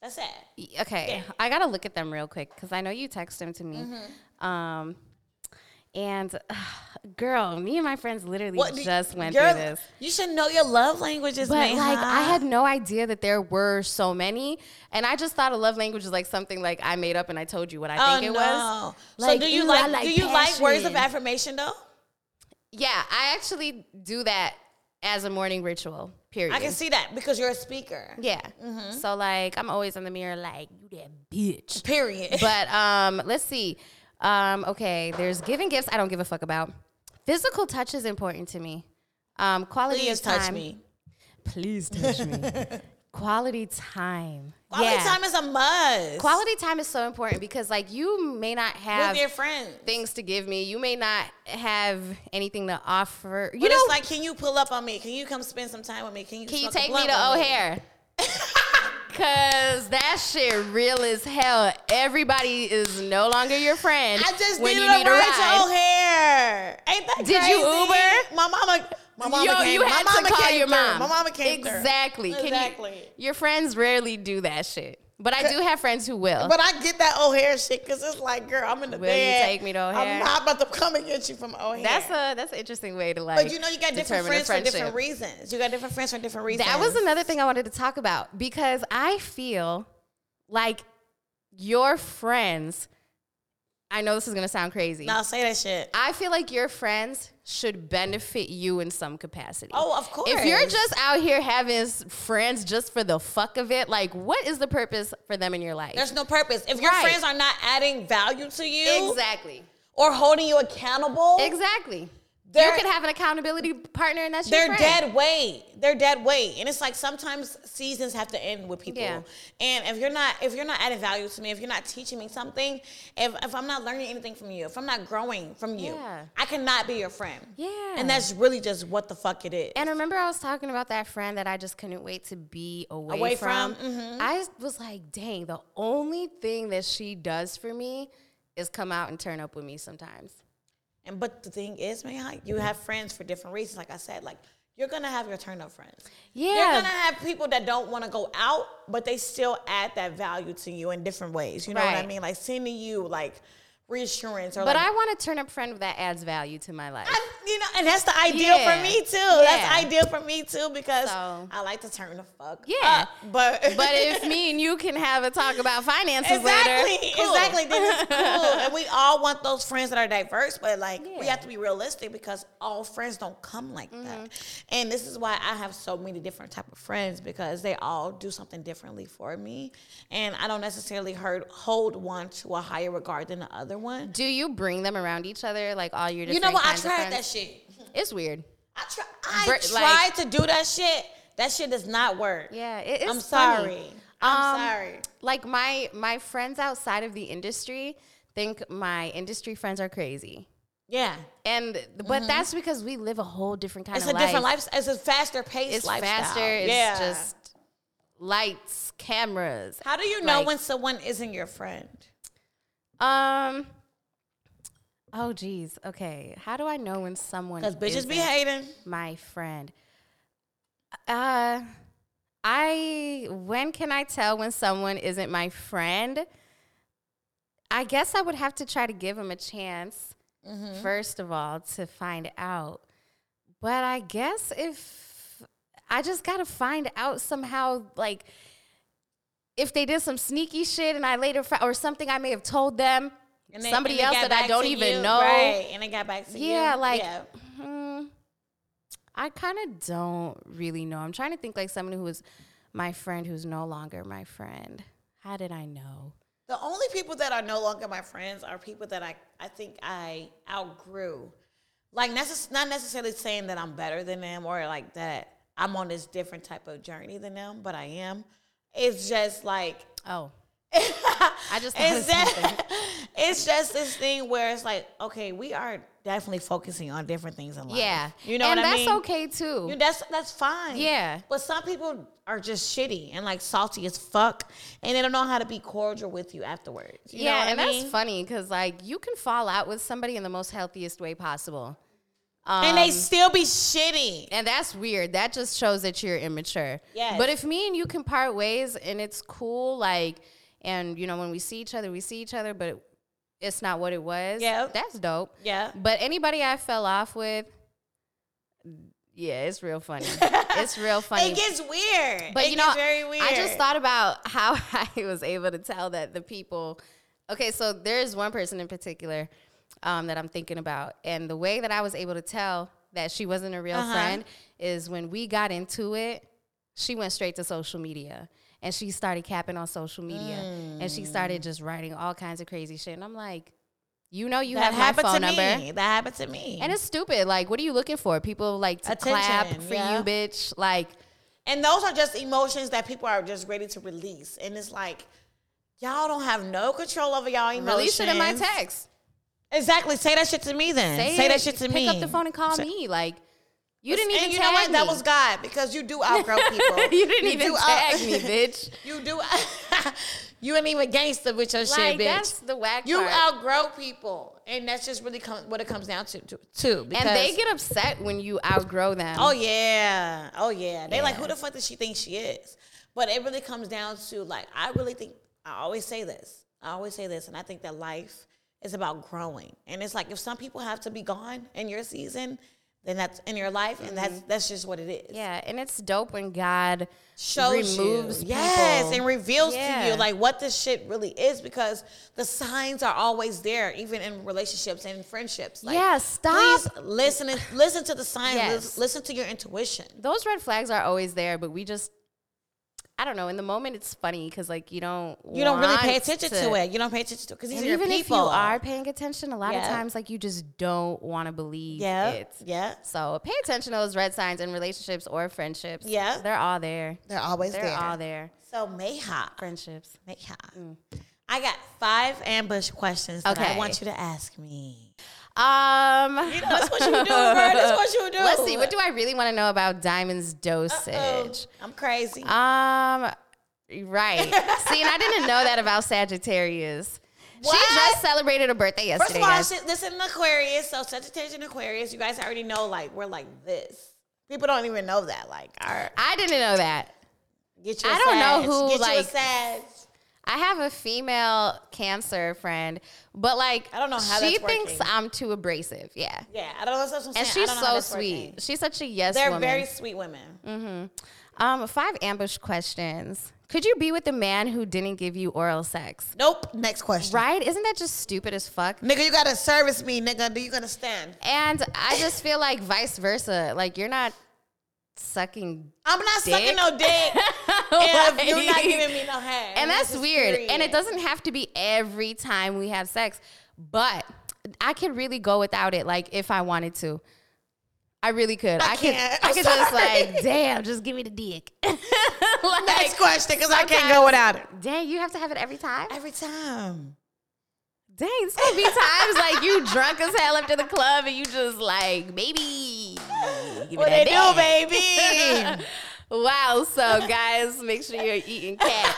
[SPEAKER 4] That's it.
[SPEAKER 3] Y- Okay,
[SPEAKER 4] Yeah.
[SPEAKER 3] I gotta look at them real quick because I know you text them to me.
[SPEAKER 4] Mm-hmm.
[SPEAKER 3] Um, and girl, me and my friends literally
[SPEAKER 4] do-
[SPEAKER 3] just went
[SPEAKER 4] your-
[SPEAKER 3] through this.
[SPEAKER 4] You should know your love languages,
[SPEAKER 3] But
[SPEAKER 4] Mayha.
[SPEAKER 3] like, I had no idea that there were so many, and I just thought a love language is like something like I made up and I told you what I
[SPEAKER 4] Oh
[SPEAKER 3] think it was.
[SPEAKER 4] no!
[SPEAKER 3] Like,
[SPEAKER 4] so do you
[SPEAKER 3] ooh, I
[SPEAKER 4] like,
[SPEAKER 3] like
[SPEAKER 4] do you like words of
[SPEAKER 3] passion.
[SPEAKER 4] affirmation though?
[SPEAKER 3] Yeah, I actually do that as a morning ritual. Period.
[SPEAKER 4] I can Mm-hmm. see that because you're a speaker.
[SPEAKER 3] Yeah. So like, I'm always in the mirror like, you that bitch.
[SPEAKER 4] Period.
[SPEAKER 3] But um, let's see. Um, okay, there's giving gifts I don't give a fuck about. Physical touch is important to me. Um, quality
[SPEAKER 4] please
[SPEAKER 3] of time.
[SPEAKER 4] touch me.
[SPEAKER 3] Please touch me. quality time.
[SPEAKER 4] Quality
[SPEAKER 3] yeah.
[SPEAKER 4] time is a must.
[SPEAKER 3] Quality time is so important because like you may not have
[SPEAKER 4] with your friends.
[SPEAKER 3] things to give me. You may not have anything to offer. You
[SPEAKER 4] But
[SPEAKER 3] know,
[SPEAKER 4] it's like, can you pull up on me? Can you come spend some time with me? Can you
[SPEAKER 3] can you
[SPEAKER 4] smoke a
[SPEAKER 3] take me
[SPEAKER 4] blunt
[SPEAKER 3] to
[SPEAKER 4] with
[SPEAKER 3] O'Hare? Cause that shit real as hell. Everybody is no longer your friend.
[SPEAKER 4] I just
[SPEAKER 3] when
[SPEAKER 4] needed
[SPEAKER 3] you
[SPEAKER 4] a
[SPEAKER 3] need
[SPEAKER 4] ride
[SPEAKER 3] ride.
[SPEAKER 4] to O'Hare. Ain't that
[SPEAKER 3] Did you
[SPEAKER 4] crazy?
[SPEAKER 3] Uber?
[SPEAKER 4] My mama, my mama
[SPEAKER 3] Yo,
[SPEAKER 4] came.
[SPEAKER 3] you had
[SPEAKER 4] my mama
[SPEAKER 3] to call
[SPEAKER 4] came
[SPEAKER 3] your
[SPEAKER 4] through.
[SPEAKER 3] mom.
[SPEAKER 4] My mama came through.
[SPEAKER 3] exactly. Can you-
[SPEAKER 4] Exactly.
[SPEAKER 3] your friends rarely do that shit, but I do have friends who will.
[SPEAKER 4] But I get that O'Hare shit because it's like, girl, I'm in the
[SPEAKER 3] Will you
[SPEAKER 4] bed.
[SPEAKER 3] take me to O'Hare?
[SPEAKER 4] I'm not about to come and get you from O'Hare.
[SPEAKER 3] that's a that's an interesting way to like.
[SPEAKER 4] But you know, you got
[SPEAKER 3] determine
[SPEAKER 4] different
[SPEAKER 3] a
[SPEAKER 4] friends for different
[SPEAKER 3] friendship.
[SPEAKER 4] reasons. You got different friends for different reasons.
[SPEAKER 3] That was another thing I wanted to talk about because I feel like your friends. I know this is gonna sound crazy.
[SPEAKER 4] Now say that shit.
[SPEAKER 3] I feel like your friends should benefit you in some capacity.
[SPEAKER 4] Oh, of course.
[SPEAKER 3] If you're just out here having s- friends just for the fuck of it, like what is the purpose for them in your life?
[SPEAKER 4] There's no purpose. If your
[SPEAKER 3] Right.
[SPEAKER 4] friends are not adding value to you
[SPEAKER 3] exactly.
[SPEAKER 4] or holding you accountable,
[SPEAKER 3] Exactly. you
[SPEAKER 4] They're-
[SPEAKER 3] could have an accountability partner and that's
[SPEAKER 4] they're
[SPEAKER 3] your friend.
[SPEAKER 4] dead weight. They're dead weight. And it's like sometimes seasons have to end with people.
[SPEAKER 3] Yeah.
[SPEAKER 4] And if you're not if you're not adding value to me, if you're not teaching me something, if, if I'm not learning anything from you, if I'm not growing from you,
[SPEAKER 3] Yeah.
[SPEAKER 4] I cannot be your friend.
[SPEAKER 3] Yeah.
[SPEAKER 4] And that's really just what the fuck it is.
[SPEAKER 3] And remember, I was talking about that friend that I just couldn't wait to be away,
[SPEAKER 4] Away
[SPEAKER 3] from.
[SPEAKER 4] from, mhm.
[SPEAKER 3] I was like, dang, the only thing that she does for me is come out and turn up with me sometimes.
[SPEAKER 4] And but the thing is, man, you have friends for different reasons. Like I said, like you're gonna have your turn up friends. You're
[SPEAKER 3] Yeah.
[SPEAKER 4] gonna have people that don't want to go out, but they still add that value to you in different ways. You know what I
[SPEAKER 3] Right.
[SPEAKER 4] mean? Like sending you like reassurance or
[SPEAKER 3] but
[SPEAKER 4] like
[SPEAKER 3] I want a turn up friend that adds value to my life.
[SPEAKER 4] I- you know, and that's the ideal
[SPEAKER 3] Yeah.
[SPEAKER 4] for me too.
[SPEAKER 3] Yeah.
[SPEAKER 4] That's ideal for me too because
[SPEAKER 3] So-
[SPEAKER 4] I like to turn the fuck
[SPEAKER 3] Yeah.
[SPEAKER 4] up. But
[SPEAKER 3] but if me and you can have a talk about finances
[SPEAKER 4] exactly,
[SPEAKER 3] later, cool.
[SPEAKER 4] exactly, then it's cool. and we all want those friends that are diverse, but like we
[SPEAKER 3] Yeah.
[SPEAKER 4] have to be realistic because all friends don't come like that.
[SPEAKER 3] Mm-hmm.
[SPEAKER 4] And this is why I have so many different type of friends because they all do something differently for me, and I don't necessarily heard, hold one to a higher regard than the other one.
[SPEAKER 3] Do you bring them around each other, like all your?
[SPEAKER 4] You know
[SPEAKER 3] different
[SPEAKER 4] what? I
[SPEAKER 3] kinds of
[SPEAKER 4] tried that
[SPEAKER 3] friends?
[SPEAKER 4] shit.
[SPEAKER 3] It's weird.
[SPEAKER 4] I, try, I
[SPEAKER 3] Br-
[SPEAKER 4] tried
[SPEAKER 3] like-
[SPEAKER 4] to do that shit. That shit does not work.
[SPEAKER 3] Yeah, it is.
[SPEAKER 4] I'm
[SPEAKER 3] funny.
[SPEAKER 4] sorry. I'm
[SPEAKER 3] Um,
[SPEAKER 4] sorry.
[SPEAKER 3] Like my my friends outside of the industry think my industry friends are crazy,
[SPEAKER 4] Yeah.
[SPEAKER 3] and but that's because we live a whole different kind
[SPEAKER 4] Mm-hmm.
[SPEAKER 3] of
[SPEAKER 4] It's a
[SPEAKER 3] life.
[SPEAKER 4] different life. It's a faster paced
[SPEAKER 3] It's
[SPEAKER 4] lifestyle.
[SPEAKER 3] faster. It's
[SPEAKER 4] yeah.
[SPEAKER 3] just lights, cameras.
[SPEAKER 4] How do you know
[SPEAKER 3] like-
[SPEAKER 4] when someone isn't your friend?
[SPEAKER 3] Um. Oh geez. Okay. How do I know when someone?
[SPEAKER 4] Because bitches be
[SPEAKER 3] isn't
[SPEAKER 4] hating.
[SPEAKER 3] My friend. Uh, I. When can I tell when someone isn't my friend? I guess I would have to try to give them a chance first of all to find out. But I guess if I just gotta find out somehow, like if they did some sneaky shit and I later fou- or something I may have told them,
[SPEAKER 4] And they-
[SPEAKER 3] somebody
[SPEAKER 4] and it
[SPEAKER 3] else
[SPEAKER 4] got
[SPEAKER 3] that
[SPEAKER 4] back
[SPEAKER 3] I don't
[SPEAKER 4] to
[SPEAKER 3] even
[SPEAKER 4] you.
[SPEAKER 3] know.
[SPEAKER 4] Right. And it got back to you.
[SPEAKER 3] Yeah, like
[SPEAKER 4] Yeah.
[SPEAKER 3] hmm, I kind of don't really know. I'm trying to think like someone who was my friend who's no longer my friend. How did I know?
[SPEAKER 4] The only people that are no longer my friends are people that I, I think I outgrew. Like, necess- not necessarily saying that I'm better than them or like that I'm on this different type of journey than them, but I am. It's just like,
[SPEAKER 3] Oh,
[SPEAKER 4] I
[SPEAKER 3] just thought of
[SPEAKER 4] it's just, it's just this thing where it's like, okay, we are definitely focusing on different things in life.
[SPEAKER 3] yeah,
[SPEAKER 4] You know
[SPEAKER 3] and
[SPEAKER 4] what I
[SPEAKER 3] that's
[SPEAKER 4] mean?
[SPEAKER 3] okay too.
[SPEAKER 4] You- That's that's fine.
[SPEAKER 3] Yeah.
[SPEAKER 4] But some people are just shitty and like salty as fuck, and they don't know how to be cordial with you afterwards. You know
[SPEAKER 3] yeah,
[SPEAKER 4] what
[SPEAKER 3] and
[SPEAKER 4] I mean?
[SPEAKER 3] that's funny because like you can fall out with somebody in the most healthiest way possible, um,
[SPEAKER 4] and they still be shitty.
[SPEAKER 3] and that's weird. That just shows that you're immature.
[SPEAKER 4] Yes.
[SPEAKER 3] But if me and you can part ways and it's cool, like, and you know when we see each other, we see each other, but it's not what it was.
[SPEAKER 4] Yep.
[SPEAKER 3] That's dope.
[SPEAKER 4] Yeah.
[SPEAKER 3] But anybody I fell off with, yeah, it's real funny. it's real funny.
[SPEAKER 4] It gets weird.
[SPEAKER 3] But
[SPEAKER 4] it
[SPEAKER 3] you know,
[SPEAKER 4] gets very weird.
[SPEAKER 3] I just thought about how I was able to tell that the people. Okay, so there's one person in particular um, that I'm thinking about, and the way that I was able to tell that she wasn't a real
[SPEAKER 4] Uh-huh.
[SPEAKER 3] friend is when we got into it. She went straight to social media, and she started capping on social media, and she
[SPEAKER 4] Mm.
[SPEAKER 3] started just writing all kinds of crazy shit. And I'm like, you know, you
[SPEAKER 4] that
[SPEAKER 3] have my
[SPEAKER 4] happened
[SPEAKER 3] phone
[SPEAKER 4] to
[SPEAKER 3] number.
[SPEAKER 4] me. That happened to me.
[SPEAKER 3] And it's stupid. Like, what are you looking for? People like to clap
[SPEAKER 4] Attention,
[SPEAKER 3] for
[SPEAKER 4] yeah.
[SPEAKER 3] you, bitch. Like,
[SPEAKER 4] And those are just emotions that people are just ready to release. And it's like, y'all don't have no control over y'all emotions.
[SPEAKER 3] release it in my text.
[SPEAKER 4] Exactly. Say that shit to me then. Say,
[SPEAKER 3] it,
[SPEAKER 4] that shit to
[SPEAKER 3] pick
[SPEAKER 4] me.
[SPEAKER 3] up the phone and call
[SPEAKER 4] Say-
[SPEAKER 3] me. Like you didn't
[SPEAKER 4] And
[SPEAKER 3] even
[SPEAKER 4] you
[SPEAKER 3] tag
[SPEAKER 4] know what?
[SPEAKER 3] me.
[SPEAKER 4] That was God because you do outgrow people.
[SPEAKER 3] you didn't even
[SPEAKER 4] do out-
[SPEAKER 3] tag me, bitch.
[SPEAKER 4] You do. you ain't even gangster with your shit,
[SPEAKER 3] like
[SPEAKER 4] bitch.
[SPEAKER 3] that's the whack
[SPEAKER 4] you
[SPEAKER 3] part.
[SPEAKER 4] outgrow people, and that's just really com- what it comes down to, to, too. Because,
[SPEAKER 3] and they get upset when you outgrow them.
[SPEAKER 4] Oh yeah, oh yeah. They like
[SPEAKER 3] Yeah.
[SPEAKER 4] who the fuck does she think she is? But it really comes down to like I really think I always say this. I always say this, and I think that life is about growing. And it's like if some people have to be gone in your season, then that's in your life, and that's
[SPEAKER 3] Mm-hmm.
[SPEAKER 4] that's just what it is.
[SPEAKER 3] yeah, and it's dope when God
[SPEAKER 4] Shows
[SPEAKER 3] removes
[SPEAKER 4] you, yes,
[SPEAKER 3] people.
[SPEAKER 4] and reveals to
[SPEAKER 3] Yeah.
[SPEAKER 4] you like what this shit really is because the signs are always there, even in relationships and in friendships. Like,
[SPEAKER 3] Yeah, stop.
[SPEAKER 4] Please listen, and, listen to the signs.
[SPEAKER 3] Yes.
[SPEAKER 4] lis- Listen to your intuition.
[SPEAKER 3] those red flags are always there, but we just. I don't know. In the moment, it's funny because like you don't
[SPEAKER 4] you don't really pay
[SPEAKER 3] want
[SPEAKER 4] attention to, it. You don't pay attention to it because these
[SPEAKER 3] And
[SPEAKER 4] are your
[SPEAKER 3] even if you
[SPEAKER 4] people.
[SPEAKER 3] are paying attention, a lot of
[SPEAKER 4] Yeah.
[SPEAKER 3] times like you just don't want to believe
[SPEAKER 4] yeah,
[SPEAKER 3] it.
[SPEAKER 4] yeah,
[SPEAKER 3] So pay attention to those red signs in relationships or friendships.
[SPEAKER 4] Yeah.
[SPEAKER 3] They're all there.
[SPEAKER 4] they're always
[SPEAKER 3] They're
[SPEAKER 4] there.
[SPEAKER 3] all there. Mm.
[SPEAKER 4] So Mayha,
[SPEAKER 3] Friendships.
[SPEAKER 4] Mayha, I got five ambush questions that I
[SPEAKER 3] Okay.
[SPEAKER 4] want you to ask me.
[SPEAKER 3] Um
[SPEAKER 4] You know, that's what you do, girl. That's what you do.
[SPEAKER 3] Let's see. What do I really want to know about diamonds dosage?
[SPEAKER 4] I'm crazy.
[SPEAKER 3] Um right. see, and I didn't know that about Sagittarius.
[SPEAKER 4] What?
[SPEAKER 3] She just celebrated a birthday yesterday.
[SPEAKER 4] First of all,
[SPEAKER 3] guys.
[SPEAKER 4] shit, this is an Aquarius, so Sagittarius and Aquarius, you guys already know, like we're like this. People don't even know that. Like, all right,
[SPEAKER 3] I didn't know that.
[SPEAKER 4] get you. I
[SPEAKER 3] I don't know who,
[SPEAKER 4] Get you a
[SPEAKER 3] like-
[SPEAKER 4] Sag.
[SPEAKER 3] I have a female cancer friend, but like
[SPEAKER 4] I don't know how
[SPEAKER 3] she
[SPEAKER 4] that's
[SPEAKER 3] thinks
[SPEAKER 4] working.
[SPEAKER 3] I'm too abrasive. Yeah,
[SPEAKER 4] Yeah, I don't know. That's what I'm saying.
[SPEAKER 3] and
[SPEAKER 4] I
[SPEAKER 3] she's
[SPEAKER 4] don't know how
[SPEAKER 3] so
[SPEAKER 4] that's working.
[SPEAKER 3] sweet. She's such a yes
[SPEAKER 4] They're
[SPEAKER 3] woman. Mm.
[SPEAKER 4] very sweet women.
[SPEAKER 3] um, five ambush questions. Could you be with the man who didn't give you oral sex?
[SPEAKER 4] Nope. Next question.
[SPEAKER 3] Right? Isn't that just stupid as fuck?
[SPEAKER 4] Nigga, you gotta service me, nigga. Do you gonna stand?
[SPEAKER 3] And I just feel like vice versa. Like you're not sucking,
[SPEAKER 4] I'm not sucking
[SPEAKER 3] Dick.
[SPEAKER 4] no dick if you're not
[SPEAKER 3] Like-
[SPEAKER 4] giving me no head.
[SPEAKER 3] and that's
[SPEAKER 4] just
[SPEAKER 3] weird. And
[SPEAKER 4] period.
[SPEAKER 3] it doesn't have to be every time we have sex, but I could really go without it. Like if I wanted to, I really could. I, could.
[SPEAKER 4] can't.
[SPEAKER 3] I
[SPEAKER 4] I'm
[SPEAKER 3] could just
[SPEAKER 4] sorry.
[SPEAKER 3] like, damn, just give me the dick. like,
[SPEAKER 4] Next question, because I can't go without it.
[SPEAKER 3] Dang, you have to have it every time.
[SPEAKER 4] Every time.
[SPEAKER 3] Dang, it's gonna be times like you drunk as hell after the club and you just like, baby, give me
[SPEAKER 4] What
[SPEAKER 3] that
[SPEAKER 4] they
[SPEAKER 3] dick.
[SPEAKER 4] do, baby?
[SPEAKER 3] Wow. So, guys, make sure you're eating cat.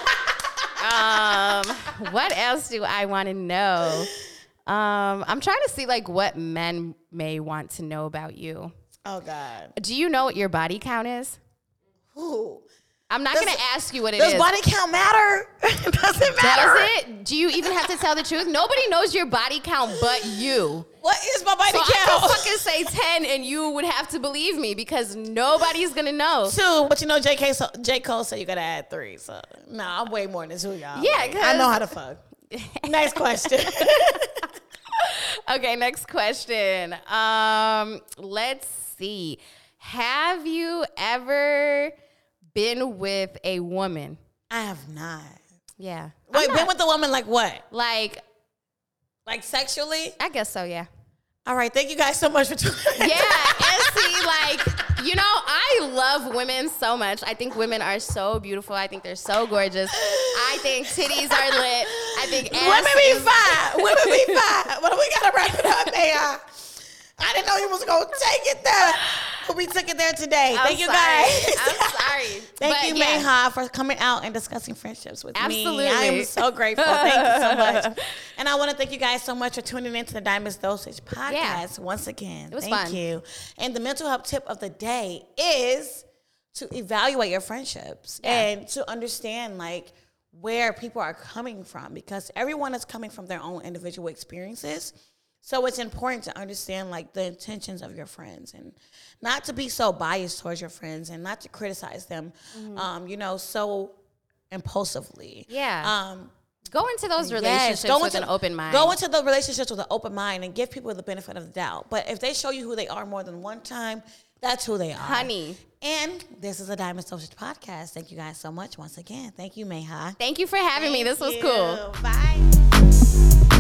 [SPEAKER 3] Um, what else do I want to know? Um, I'm trying to see like what men may want to know about you.
[SPEAKER 4] oh God.
[SPEAKER 3] Do you know what your body count is?
[SPEAKER 4] Ooh.
[SPEAKER 3] I'm not
[SPEAKER 4] Does-
[SPEAKER 3] going to ask you what it is.
[SPEAKER 4] Does body count matter? Does it matter?
[SPEAKER 3] Does it? Do you even have to tell the truth? Nobody knows your body count but you.
[SPEAKER 4] What is my body
[SPEAKER 3] So I could
[SPEAKER 4] count?
[SPEAKER 3] fucking say 10 and you would have to believe me because nobody's going to know.
[SPEAKER 4] Two, but you know J.K. So, J. Cole said you gotta add three. So no, I'm way more than two, y'all.
[SPEAKER 3] Yeah,
[SPEAKER 4] Like, I know
[SPEAKER 3] 'cause-
[SPEAKER 4] how to fuck. Next question.
[SPEAKER 3] Okay, next question. Um, let's see. Have you ever been with a woman?
[SPEAKER 4] I have not.
[SPEAKER 3] Yeah. I'm
[SPEAKER 4] Wait,
[SPEAKER 3] not-
[SPEAKER 4] been with a woman like what?
[SPEAKER 3] like,
[SPEAKER 4] Like sexually?
[SPEAKER 3] I guess so, yeah.
[SPEAKER 4] All right, thank you guys so much for tuning.
[SPEAKER 3] Yeah, and see, like, you know, I love women so much. I think women are so beautiful. I think they're so gorgeous. I think titties are lit. I think ass
[SPEAKER 4] Women be
[SPEAKER 3] is-
[SPEAKER 4] fine. Women be fine. But we gotta wrap it up, AI. I didn't know you was gonna take it there, but we took it there today.
[SPEAKER 3] I'm
[SPEAKER 4] Thank you
[SPEAKER 3] sorry.
[SPEAKER 4] guys.
[SPEAKER 3] I'm sorry.
[SPEAKER 4] Thank
[SPEAKER 3] But
[SPEAKER 4] you,
[SPEAKER 3] yeah.
[SPEAKER 4] Meha, for coming out and discussing friendships with me. I am
[SPEAKER 3] Absolutely.
[SPEAKER 4] so grateful. Thank you so much. And I want to thank you guys so much for tuning into the Diamonds Dosage podcast
[SPEAKER 3] Yeah.
[SPEAKER 4] once again. It
[SPEAKER 3] was
[SPEAKER 4] thank
[SPEAKER 3] fun.
[SPEAKER 4] you. And the mental health tip of the day is to evaluate your friendships and to understand like where people are coming from because everyone is coming from their own individual experiences. So it's important to understand like the intentions of your friends and not to be so biased towards your friends and not to criticize them, um, you know, so impulsively.
[SPEAKER 3] Yeah.
[SPEAKER 4] Um,
[SPEAKER 3] Go into those relationships
[SPEAKER 4] Yes, go
[SPEAKER 3] with
[SPEAKER 4] into-
[SPEAKER 3] an open mind.
[SPEAKER 4] Go into the relationships with an open mind and give people the benefit of the doubt. But if they show you who they are more than one time, that's who they are.
[SPEAKER 3] honey.
[SPEAKER 4] And this is a Diamond Social Podcast. Thank you guys so much once again. Thank you, Mayha.
[SPEAKER 3] Thank you for having me. This was cool.
[SPEAKER 4] Bye.